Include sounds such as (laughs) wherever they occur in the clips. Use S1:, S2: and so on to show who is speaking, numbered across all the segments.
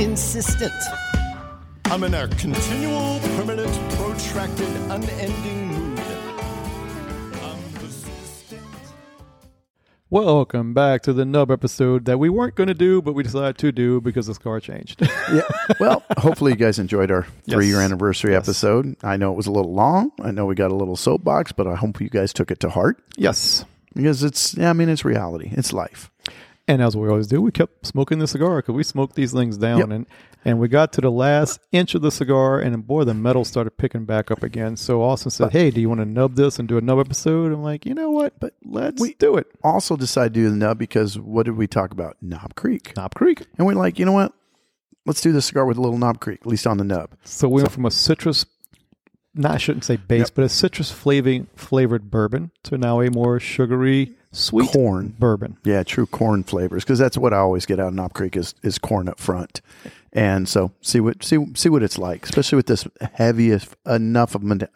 S1: consistent.
S2: I'm in a continual, permanent, protracted, unending mood. I'm persistent.
S3: Welcome back to the Nub episode that we weren't going to do, but we decided to do because the scar changed.
S4: yeah.
S3: (laughs)
S4: Well, hopefully you guys enjoyed our three year anniversary
S3: Yes.
S4: episode. I know it was a little long. I know we got a little soapbox, but I hope you guys took it to heart
S3: yes.
S4: because it's, yeah, I mean, it's reality, it's life.
S3: And as we always do, we kept smoking the cigar because we smoked these things down, and and we got to the last inch of the cigar, and boy, the metal started picking back up again. So Austin said, "Hey, do you want to nub this and do a nub episode?" I'm like, "You know what? But let's do it."
S4: Also, decided to do the nub because what did we talk about? Knob Creek.
S3: Knob Creek.
S4: And we're like, you know what? Let's do this cigar with a little Knob Creek, at least on the nub.
S3: So we went from a citrus, not I shouldn't say base, but a citrus flavoring flavored bourbon to now a more sugary, sweet
S4: Corn.
S3: bourbon.
S4: Yeah, true corn flavors because that's what I always get out of Knob Creek is is corn up front, and so see what see see what it's like, especially with this heavy if- enough of meta-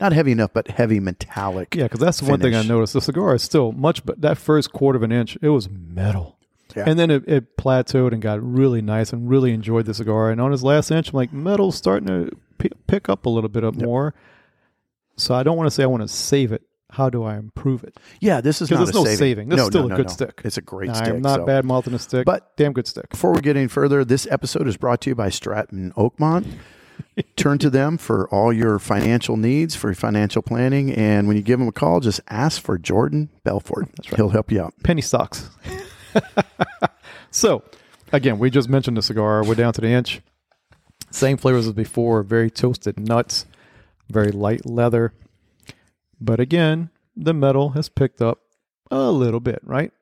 S4: not heavy enough but heavy metallic.
S3: Yeah, because that's the one thing I
S4: Finish.
S3: noticed. The cigar is still much, but that first quarter of an inch, it was metal. And then it, it plateaued and got really nice and really enjoyed the cigar. And on his last inch, I'm like, metal's starting to p- pick up a little bit up more. So I don't want to say I want to save it. How do I improve it?
S4: yeah, this is not
S3: Because
S4: a
S3: there's no
S4: saving.
S3: saving. This is still a good stick.
S4: It's a great
S3: I
S4: stick.
S3: am not
S4: so.
S3: bad mouthing a stick,
S4: But-
S3: damn good stick.
S4: Before we get any further, this episode is brought to you by Stratton
S3: (laughs)
S4: Oakmont. Turn to them for all your financial needs, for your financial planning, and when you give them a call, just ask for Jordan Belfort. He'll help you out.
S3: penny stocks. so, again, we just mentioned the cigar. We're down to the inch. Same flavors as before. Very toasted nuts. Very light leather. But again, the metal has picked up a little bit, right?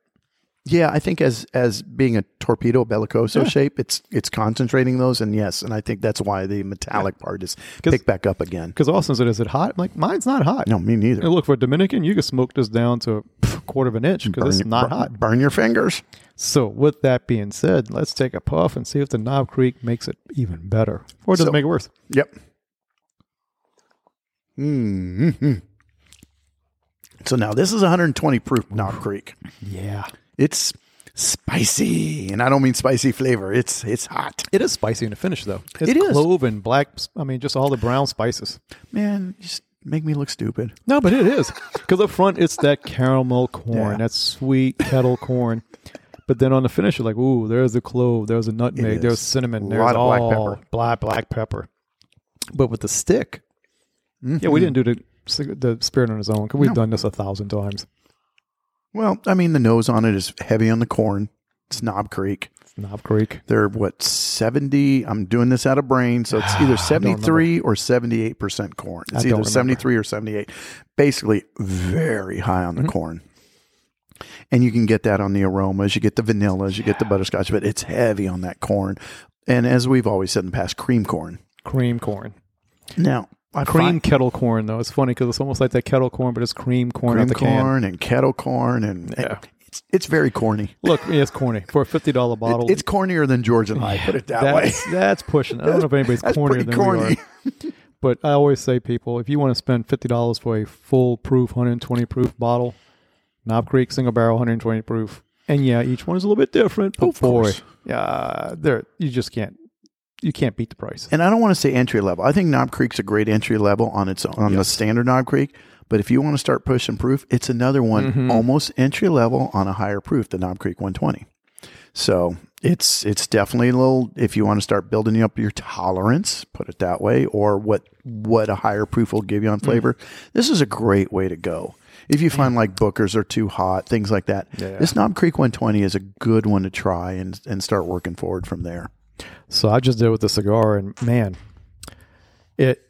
S4: Yeah, I think as as being a torpedo bellicoso shape, it's it's concentrating those, and yes, and I think that's why the metallic part is
S3: 'Cause-
S4: picked back up again.
S3: Because Austin said, "Is it hot?" I'm like, "Mine's not hot."
S4: No, me neither.
S3: And look for a Dominican, you can smoke this down to a quarter of an inch
S4: Burn
S3: because it's
S4: your-
S3: not
S4: bur-
S3: hot.
S4: Burn your fingers.
S3: So, with that being said, let's take a puff and see if the Knob Creek makes it even better, or does
S4: So-
S3: it make it worse?
S4: Yep. hmm So now this is 120 proof Knob Creek.
S3: Yeah,
S4: It's spicy, and I don't mean spicy flavor. It's it's hot.
S3: It is spicy in the finish, though. It's
S4: It is.
S3: clove and black. I mean, just all the brown spices.
S4: Man, you just make me look stupid.
S3: No, but it is because up front it's that caramel corn,
S4: Yeah.
S3: that sweet kettle corn. But then on the finish, you're like, ooh, there's the clove, there's the nutmeg,
S4: is.
S3: there's cinnamon,
S4: A
S3: there's
S4: lot of black
S3: all
S4: pepper.
S3: black black pepper. But with the stick, yeah, we didn't do the cig- the spirit on its own because we've done this a thousand times.
S4: Well, I mean the nose on it is heavy on the corn. It's Knob Creek.
S3: Knob Creek.
S4: They're what 70. I'm doing this out of brain,
S3: (sighs)
S4: so it's either 73 or 78 percent corn. It's
S3: don't
S4: either
S3: remember.
S4: 73 or 78. Basically, very high
S3: Mm-hmm.
S4: on the corn. And you can get that on the aromas. You get the vanillas. You get the butterscotch, but it's heavy on that corn. And as we've always said in the past, cream corn.
S3: Cream corn.
S4: Now, I
S3: Cream
S4: find
S3: kettle corn, though. It's funny because it's almost like that kettle corn, but it's cream corn out
S4: cream
S3: the can.
S4: corn and kettle corn, and
S3: Yeah.
S4: it's it's very corny.
S3: Look, yeah, it's corny. For a $50
S4: It-
S3: bottle,
S4: it's cornier than George and I put it that way.
S3: that's, that's pushing. I don't know if anybody's
S4: (laughs) That's
S3: cornier
S4: pretty
S3: than
S4: corny.
S3: we are. But I always say, people, if you want to spend fifty dollars for a full proof, hundred and twenty proof bottle, Knob Creek single barrel, hundred and twenty proof, and yeah, each one is a little bit different. But
S4: Of course.
S3: boy, yeah, there you just can't you can't beat the price.
S4: and I don't want to say entry level. I think Knob Creek's a great entry level on its on the standard Knob Creek. But if you want to start pushing proof, it's another one almost entry level on a higher proof, the Knob Creek 120. So it's it's definitely a little. If you want to start building up your tolerance, put it that way, or what what a higher proof will give you on flavor, this is a great way to go. If you find like Booker's are too hot, things like that,
S3: Yeah.
S4: this Knob Creek 120 is a good one to try and and start working forward from there.
S3: So I just did it with the cigar, and man, it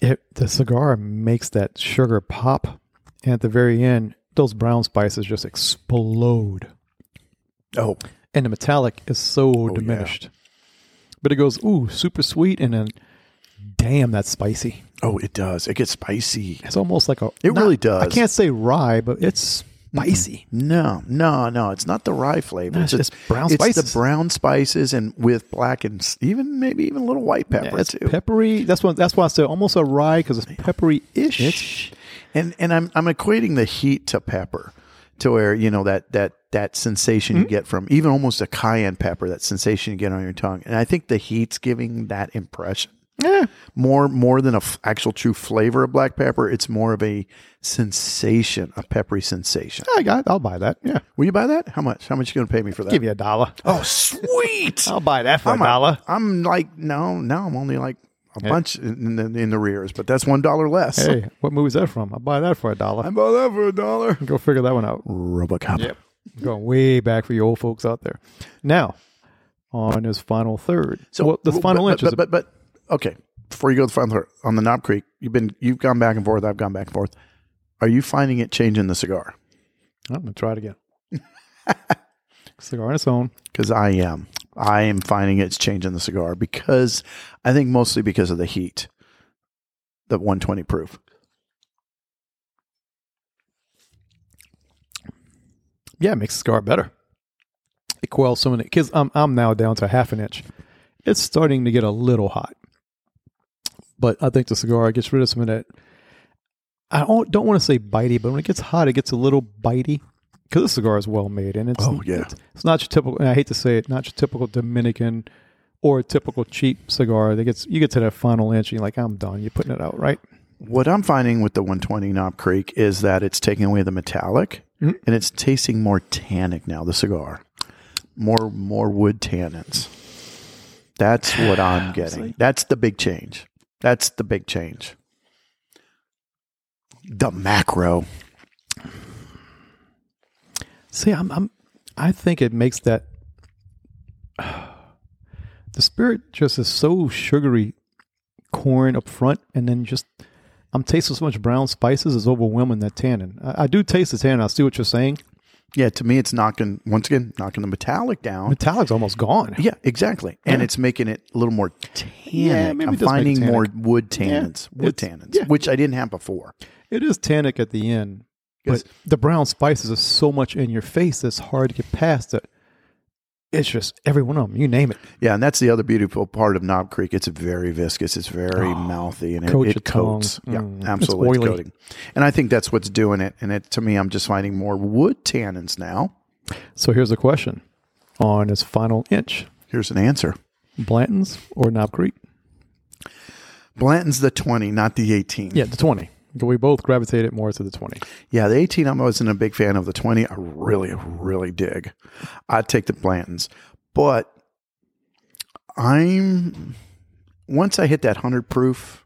S3: it the cigar makes that sugar pop, and at the very end, those brown spices just explode.
S4: Oh,
S3: and the metallic is so diminished. But it goes ooh super sweet, and then damn that's spicy.
S4: Oh, it does. It gets spicy.
S3: It's almost like a
S4: It really does.
S3: I can't say rye, but it's spicy.
S4: No, no, no. It's not the rye flavor.
S3: No, it's just brown
S4: it's
S3: spices.
S4: the brown spices and with black and s- even maybe even a little white pepper
S3: It's
S4: too.
S3: peppery. That's why that's why I said almost a rye because it's peppery ish.
S4: that sensation
S3: Hmm?
S4: you get from even almost a cayenne pepper, that sensation you get on your tongue. And I think the heat's giving that impression.
S3: Yeah.
S4: More more than a f- actual true flavor of black pepper, it's more of a sensation, a peppery sensation.
S3: I got. I'll buy that. Yeah.
S4: Will you buy that? How much? How much you going to pay me for that?
S3: Give you a dollar.
S4: oh, sweet.
S3: I'll buy that for
S4: I'm
S3: (laughs) a dollar.
S4: I'm like no, now I'm only like a bunch in the, in the rears, but that's one dollar less.
S3: Hey, what movie's that from? I'll buy that for a dollar.
S4: I bought that for a dollar.
S3: Go figure that one out.
S4: RoboCop.
S3: Going way back for you old folks out there. Now, on his final third. So well, the
S4: but-
S3: final
S4: but,
S3: inch is
S4: but, but but okay. Before you go to the final third on the Knob Creek, you've been you've gone back and forth. I've gone back and forth. Are you finding it changing the cigar?
S3: I'm gonna try it again. (laughs) Cigar on its own.
S4: Because I am. I am finding it's changing the cigar because I think mostly because of the heat, the 120 proof.
S3: Yeah, it makes the cigar better. It quells some of it because I'm I'm now down to half an inch. It's starting to get a little hot, but I think the cigar gets rid of some of that. I don't, don't want to say bitey, but when it gets hot, it gets a little bitey because the cigar is well made and it's
S4: Oh, yeah.
S3: It's not your typical, and I hate to say it, not your typical Dominican or typical cheap cigar that gets you get to that final inch and you're like, I'm done. You're putting it out, right?
S4: What I'm finding with the 120 Knob Creek is that it's taking away the metallic
S3: Mm-hmm.
S4: and it's tasting more tannic now, the cigar. More more wood tannins. That's
S3: (sighs)
S4: what I'm getting. That's the big change. That's the big change. The macro.
S3: See, I'm, I'm I think it makes that (sighs) the spirit just is so sugary, corn up front, and then just I'm tasting so much brown spices is overwhelming that tannin. I, I do taste the tannin. I see what you're saying.
S4: Yeah, to me it's knocking once again, knocking the metallic down.
S3: Metallic's almost gone.
S4: Yeah, exactly. And it's making it a little more tannic.
S3: Yeah, maybe it
S4: I'm
S3: does make it
S4: finding
S3: tannic.
S4: more wood tannins, wood
S3: it's-
S4: tannins,
S3: yeah.
S4: which I didn't have before.
S3: It is tannic at the end,
S4: Yes.
S3: but the brown spices are so much in your face. It's hard to get past it. It's just every one of them. You name it.
S4: Yeah, and that's the other beautiful part of Knob Creek. It's very viscous. It's very mouthy, and
S3: Ah, coats
S4: it,
S3: your
S4: it coats.
S3: tongue.
S4: Yeah,
S3: Mm. It's
S4: absolutely
S3: oily.
S4: coating. And I think that's what's doing it. And it to me, I'm just finding more wood tannins now.
S3: So here's a question: on his final inch,
S4: Here's an answer:
S3: Blanton's or Knob Creek?
S4: Blanton's the 20, not the 18.
S3: Yeah, the 20. We both gravitated more to the 20.
S4: Yeah, the 18 I wasn't a big fan of. The 20 I really, really dig. I'd take the Blantons. But I'm, once I hit that 100 proof,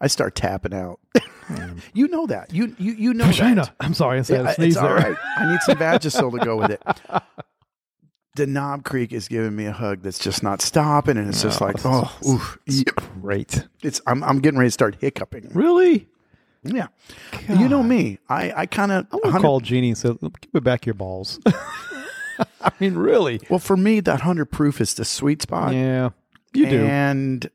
S4: I start tapping out. (laughs) you know that. You you, you know
S3: Vagina.
S4: that.
S3: I'm sorry. Mm. I said
S4: Yeah,
S3: a
S4: it's
S3: sneeze
S4: all
S3: there.
S4: right. I need some Vagisil to go
S3: (laughs)
S4: with it. The Knob Creek is giving me a hug that's just not stopping, and it's just like, oh, oof.
S3: Great.
S4: it's I'm, I'm getting ready to start hiccuping.
S3: Really?
S4: Yeah, you know me. I I kind of
S3: I called Jeannie and said, "Look, give me back your balls. (laughs) I mean, really?
S4: Well, for me, that 100 proof is the sweet spot.
S3: Yeah, you
S4: Eh.
S3: do.
S4: And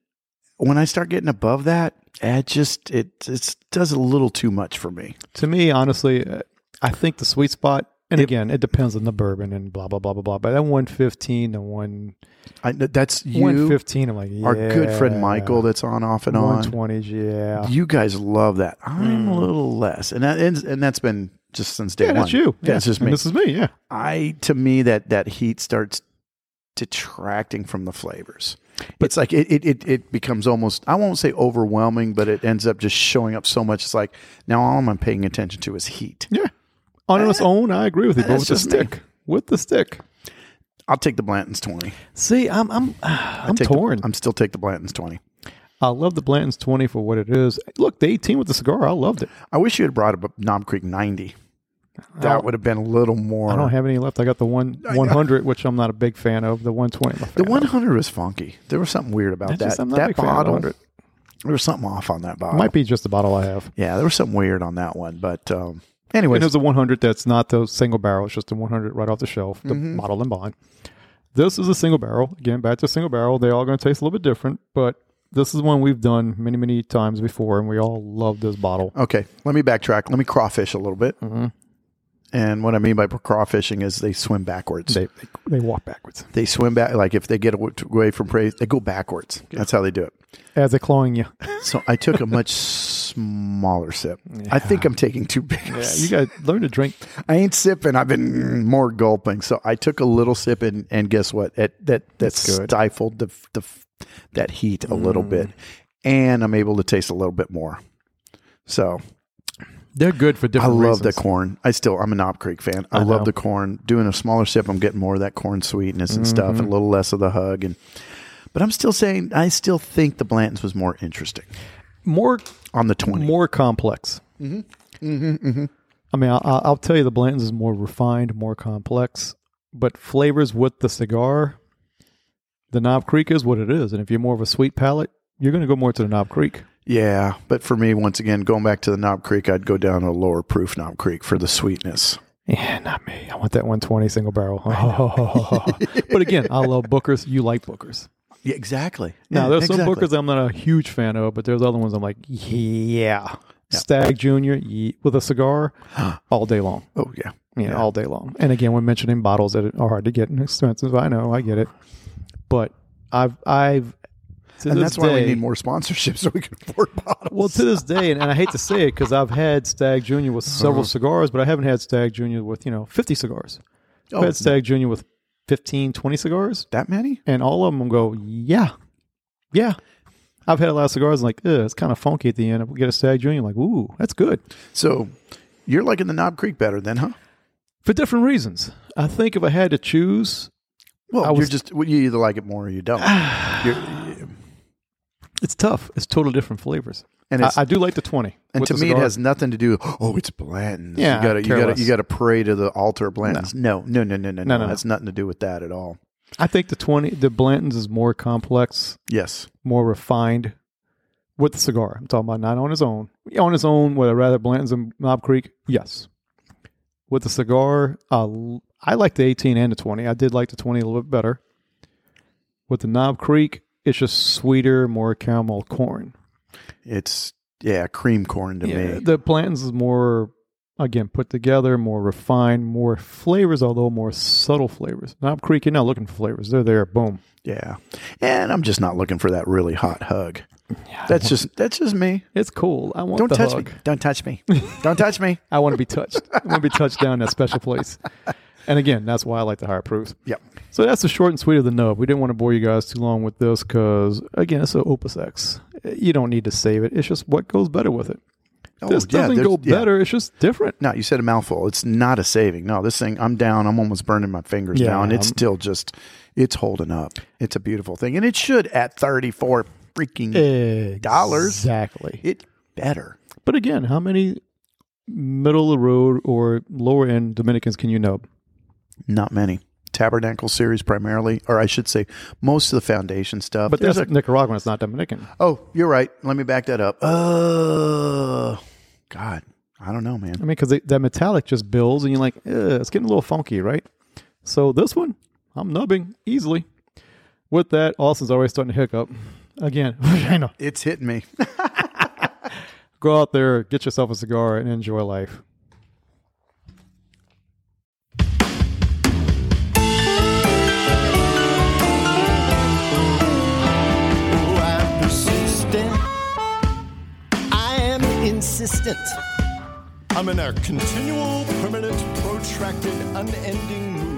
S4: when I start getting above that, it just it it does a little too much for me.
S3: To me, honestly, uh, I think the sweet spot, and again, it depends on the bourbon and blah, blah, blah, blah, blah. But that 115 to one,
S4: I that's you,
S3: 115, I'm like, yeah.
S4: our good friend Michael, that's on off and on.
S3: 120s, yeah.
S4: You guys love that. I'm a little less, and that, and, and that's been just since day
S3: Hmm. Yeah,
S4: one.
S3: that's you.
S4: Yeah,
S3: Yeah,
S4: it's just
S3: And
S4: me.
S3: this is me, yeah.
S4: I to me that that heat starts detracting from the flavors. it's like it, it it it becomes almost I won't say overwhelming, but it ends up just showing up so much. It's like now all I'm paying attention to is heat.
S3: Yeah. On its own, I agree with you, but
S4: Eh.
S3: with
S4: that's
S3: the
S4: just me.
S3: stick. With the stick.
S4: I'll take the Blanton's twenty.
S3: See, I'm I'm (sighs) I'm
S4: Take the-
S3: torn.
S4: I'm still take the Blanton's twenty.
S3: I love the Blanton's 20 for what it is. Look, the 18 with the cigar, I loved it.
S4: I wish you had brought up a Knob Creek ninety. That would have been a little more.
S3: Oh. I don't have any left. I got the one 100, which I'm not a big fan of. The 120, I'm a
S4: the
S3: fan of.
S4: one hundred was funky. There was something weird about
S3: That's just-
S4: that.
S3: I'm not a
S4: that
S3: big fan of
S4: bottle.
S3: 100.
S4: There was something off on that bottle.
S3: might be just the bottle I have.
S4: yeah, there was something weird on that one. But um, anyways,
S3: And there's a 100 that's not the single barrel. It's just the 100 right off the shelf, the model and bond. This is a single barrel. Again, back to single barrel. They all going to taste a little bit different, but this is one we've done many, many times before, and we all love this bottle. Mm-hmm.
S4: Okay, let me backtrack. Let me crawfish a little bit. And what I mean by crawfishing is they swim backwards.
S3: They, they, they walk backwards
S4: they swim back like if they get away from prey they go backwards that's how they do it
S3: as they're clawing you.
S4: so i took a much smaller sip i think i'm taking too big of a
S3: You
S4: sip.
S3: got to learn to drink.
S4: i ain't sipping i've been more gulping so i took a little sip and, and guess what it, that
S3: good.
S4: that
S3: Mm.
S4: stifled the, the that heat a little bit and i'm able to taste a little bit more so
S3: They're good for
S4: I
S3: different.
S4: love the
S3: reasons.
S4: corn. I still, I'm a Knob Creek fan. I,
S3: I
S4: love
S3: know.
S4: the corn. Doing a smaller sip, I'm getting more of that corn sweetness and stuff,
S3: Mm-hmm.
S4: and a little less of the hug. And but I'm still saying, I still think the Blantons was more interesting
S3: more
S4: on the 20.
S3: more complex. Mm-hmm. Mm-hmm, I mean, I'll, I'll tell you, the Blanton's is more refined, more complex, but flavors with the cigar, the Knob Creek is what it is. And if you're more of a sweet palate, you're going to go more to the Knob Creek.
S4: Yeah, but for me, once again, going back to the Knob Creek, I'd go down to a lower proof Knob Creek for the sweetness.
S3: Yeah, not me. I want that 120 single barrel. (laughs) but again, I love Bookers. You like Bookers.
S4: Yeah, exactly.
S3: Now,
S4: Yeah,
S3: there's some
S4: exactly.
S3: Bookers I'm not a huge fan of, but there's other ones I'm like, yeah. Stag Jr. ye- with a (gasps) cigar all day long.
S4: Oh yeah,
S3: you know, all day long. And again, we're mentioning bottles that are hard to get and expensive. I know, I get it, but I've I've to
S4: and
S3: this
S4: that's why we
S3: day-
S4: need more sponsorships (laughs) so we can afford bottles.
S3: Well, to this day, and, and I hate to say it because I've had Stag Junior with several cigars, but I haven't had Stag Junior with you know fifty cigars. I've
S4: oh,
S3: had Stag Junior with 15, 20 cigars,
S4: that many?
S3: and all of them go, yeah, yeah. I've had a lot of cigars like, Ugh, it's kind of funky at the end. If we get a Stag Junior, like, ooh, that's good.
S4: So you're liking the Knob Creek better then, huh?
S3: For different reasons, I think if I had to choose, I
S4: Well,
S3: was-
S4: you're just well, you either like it more or
S3: (sighs)
S4: you don't. You're-
S3: It's tough. It's total different flavors.
S4: And
S3: And
S4: it's-
S3: I, I do like the twenty.
S4: and
S3: with
S4: to
S3: the
S4: me, it
S3: cigar.
S4: has nothing to do. with, Oh, it's Blanton's.
S3: Yeah,
S4: you gotta you
S3: care
S4: gotta
S3: less.
S4: you gotta pray to the altar of Blanton's. No, no, no, no, no, no.
S3: no, no.
S4: That's nothing to do with that at all.
S3: I think the twenty, the Blanton's is more complex,
S4: Yes,
S3: more refined with the cigar. I'm talking about not on his own. On his own, would I rather Blanton's and Knob Creek? Yes. With the cigar, I l- I like the eighteen and the twenty. I did like the twenty a little bit better. With the Knob Creek, it's just sweeter, more caramel corn.
S4: it's yeah, cream corn to me.
S3: The plantains is more, again, put together, more refined, more flavors, although more subtle flavors. Knob Creek, you're not looking for flavors. They're there. Boom.
S4: yeah, and I'm just not looking for that really hot hug. that's just that's just me.
S3: It's cool. I want
S4: Don't
S3: the
S4: touch
S3: hug.
S4: me. Don't touch me. Don't
S3: (laughs)
S4: touch me.
S3: I want to be
S4: (laughs)
S3: touched. I want to be touched down in that special place. And again, that's why I like the higher proofs.
S4: Yep.
S3: So that's the short and sweet of the nub. We didn't want to bore you guys too long with this because, again, it's an Opus X. You don't need to save it. It's just what goes better with it.
S4: Oh,
S3: This
S4: yeah,
S3: doesn't
S4: there's-
S3: go
S4: yeah.
S3: better. It's just different.
S4: No, you said a mouthful. It's not a saving. No, this thing, I'm down. I'm almost burning my fingers
S3: Yeah,
S4: now, and it's
S3: I'm-
S4: still just, it's holding up. It's a beautiful thing, and it should at 34 freaking Dollars.
S3: Exactly.
S4: it better.
S3: But again, how many middle of the road or lower end Dominicans can you know?
S4: Not many Tabernacle series primarily, or I should say, most of the foundation stuff.
S3: But
S4: There's
S3: that's Nicaraguan. It's not Dominican.
S4: a- oh, you're right. Let me back that up. Oh, God, I don't know,
S3: I
S4: man.
S3: mean, because that metallic just builds, and you're like, "Ugh, it's getting a little funky, right? So this one, I'm nubbing easily. With that, Austin's already starting to hiccup. Again, (laughs) I know.
S4: It's hitting me.
S3: Go out there, get yourself a cigar, and enjoy life.
S2: Oh, I'm persistent. I am insistent. I'm in a continual, permanent, protracted, unending mood.